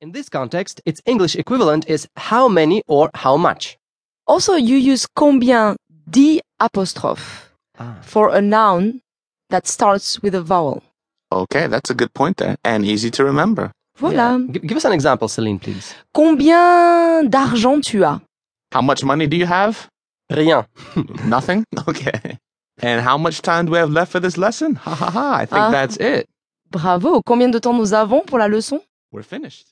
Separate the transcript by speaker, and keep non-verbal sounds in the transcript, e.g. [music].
Speaker 1: In this context, its English equivalent is how many or how much.
Speaker 2: Also, you use combien d apostrophe for a noun that starts with a vowel.
Speaker 3: Okay, that's a good point there and easy to remember.
Speaker 2: Voilà.
Speaker 1: Gi- give us an example, Celine, please.
Speaker 2: Combien d'argent tu as?
Speaker 3: How much money do you have?
Speaker 1: Rien.
Speaker 3: Nothing? [laughs] Okay. And how much time do we have left for this lesson? Ha ha ha. I think
Speaker 2: Ah.
Speaker 3: that's it.
Speaker 2: Bravo. Combien de temps nous avons pour la leçon?
Speaker 3: We're finished.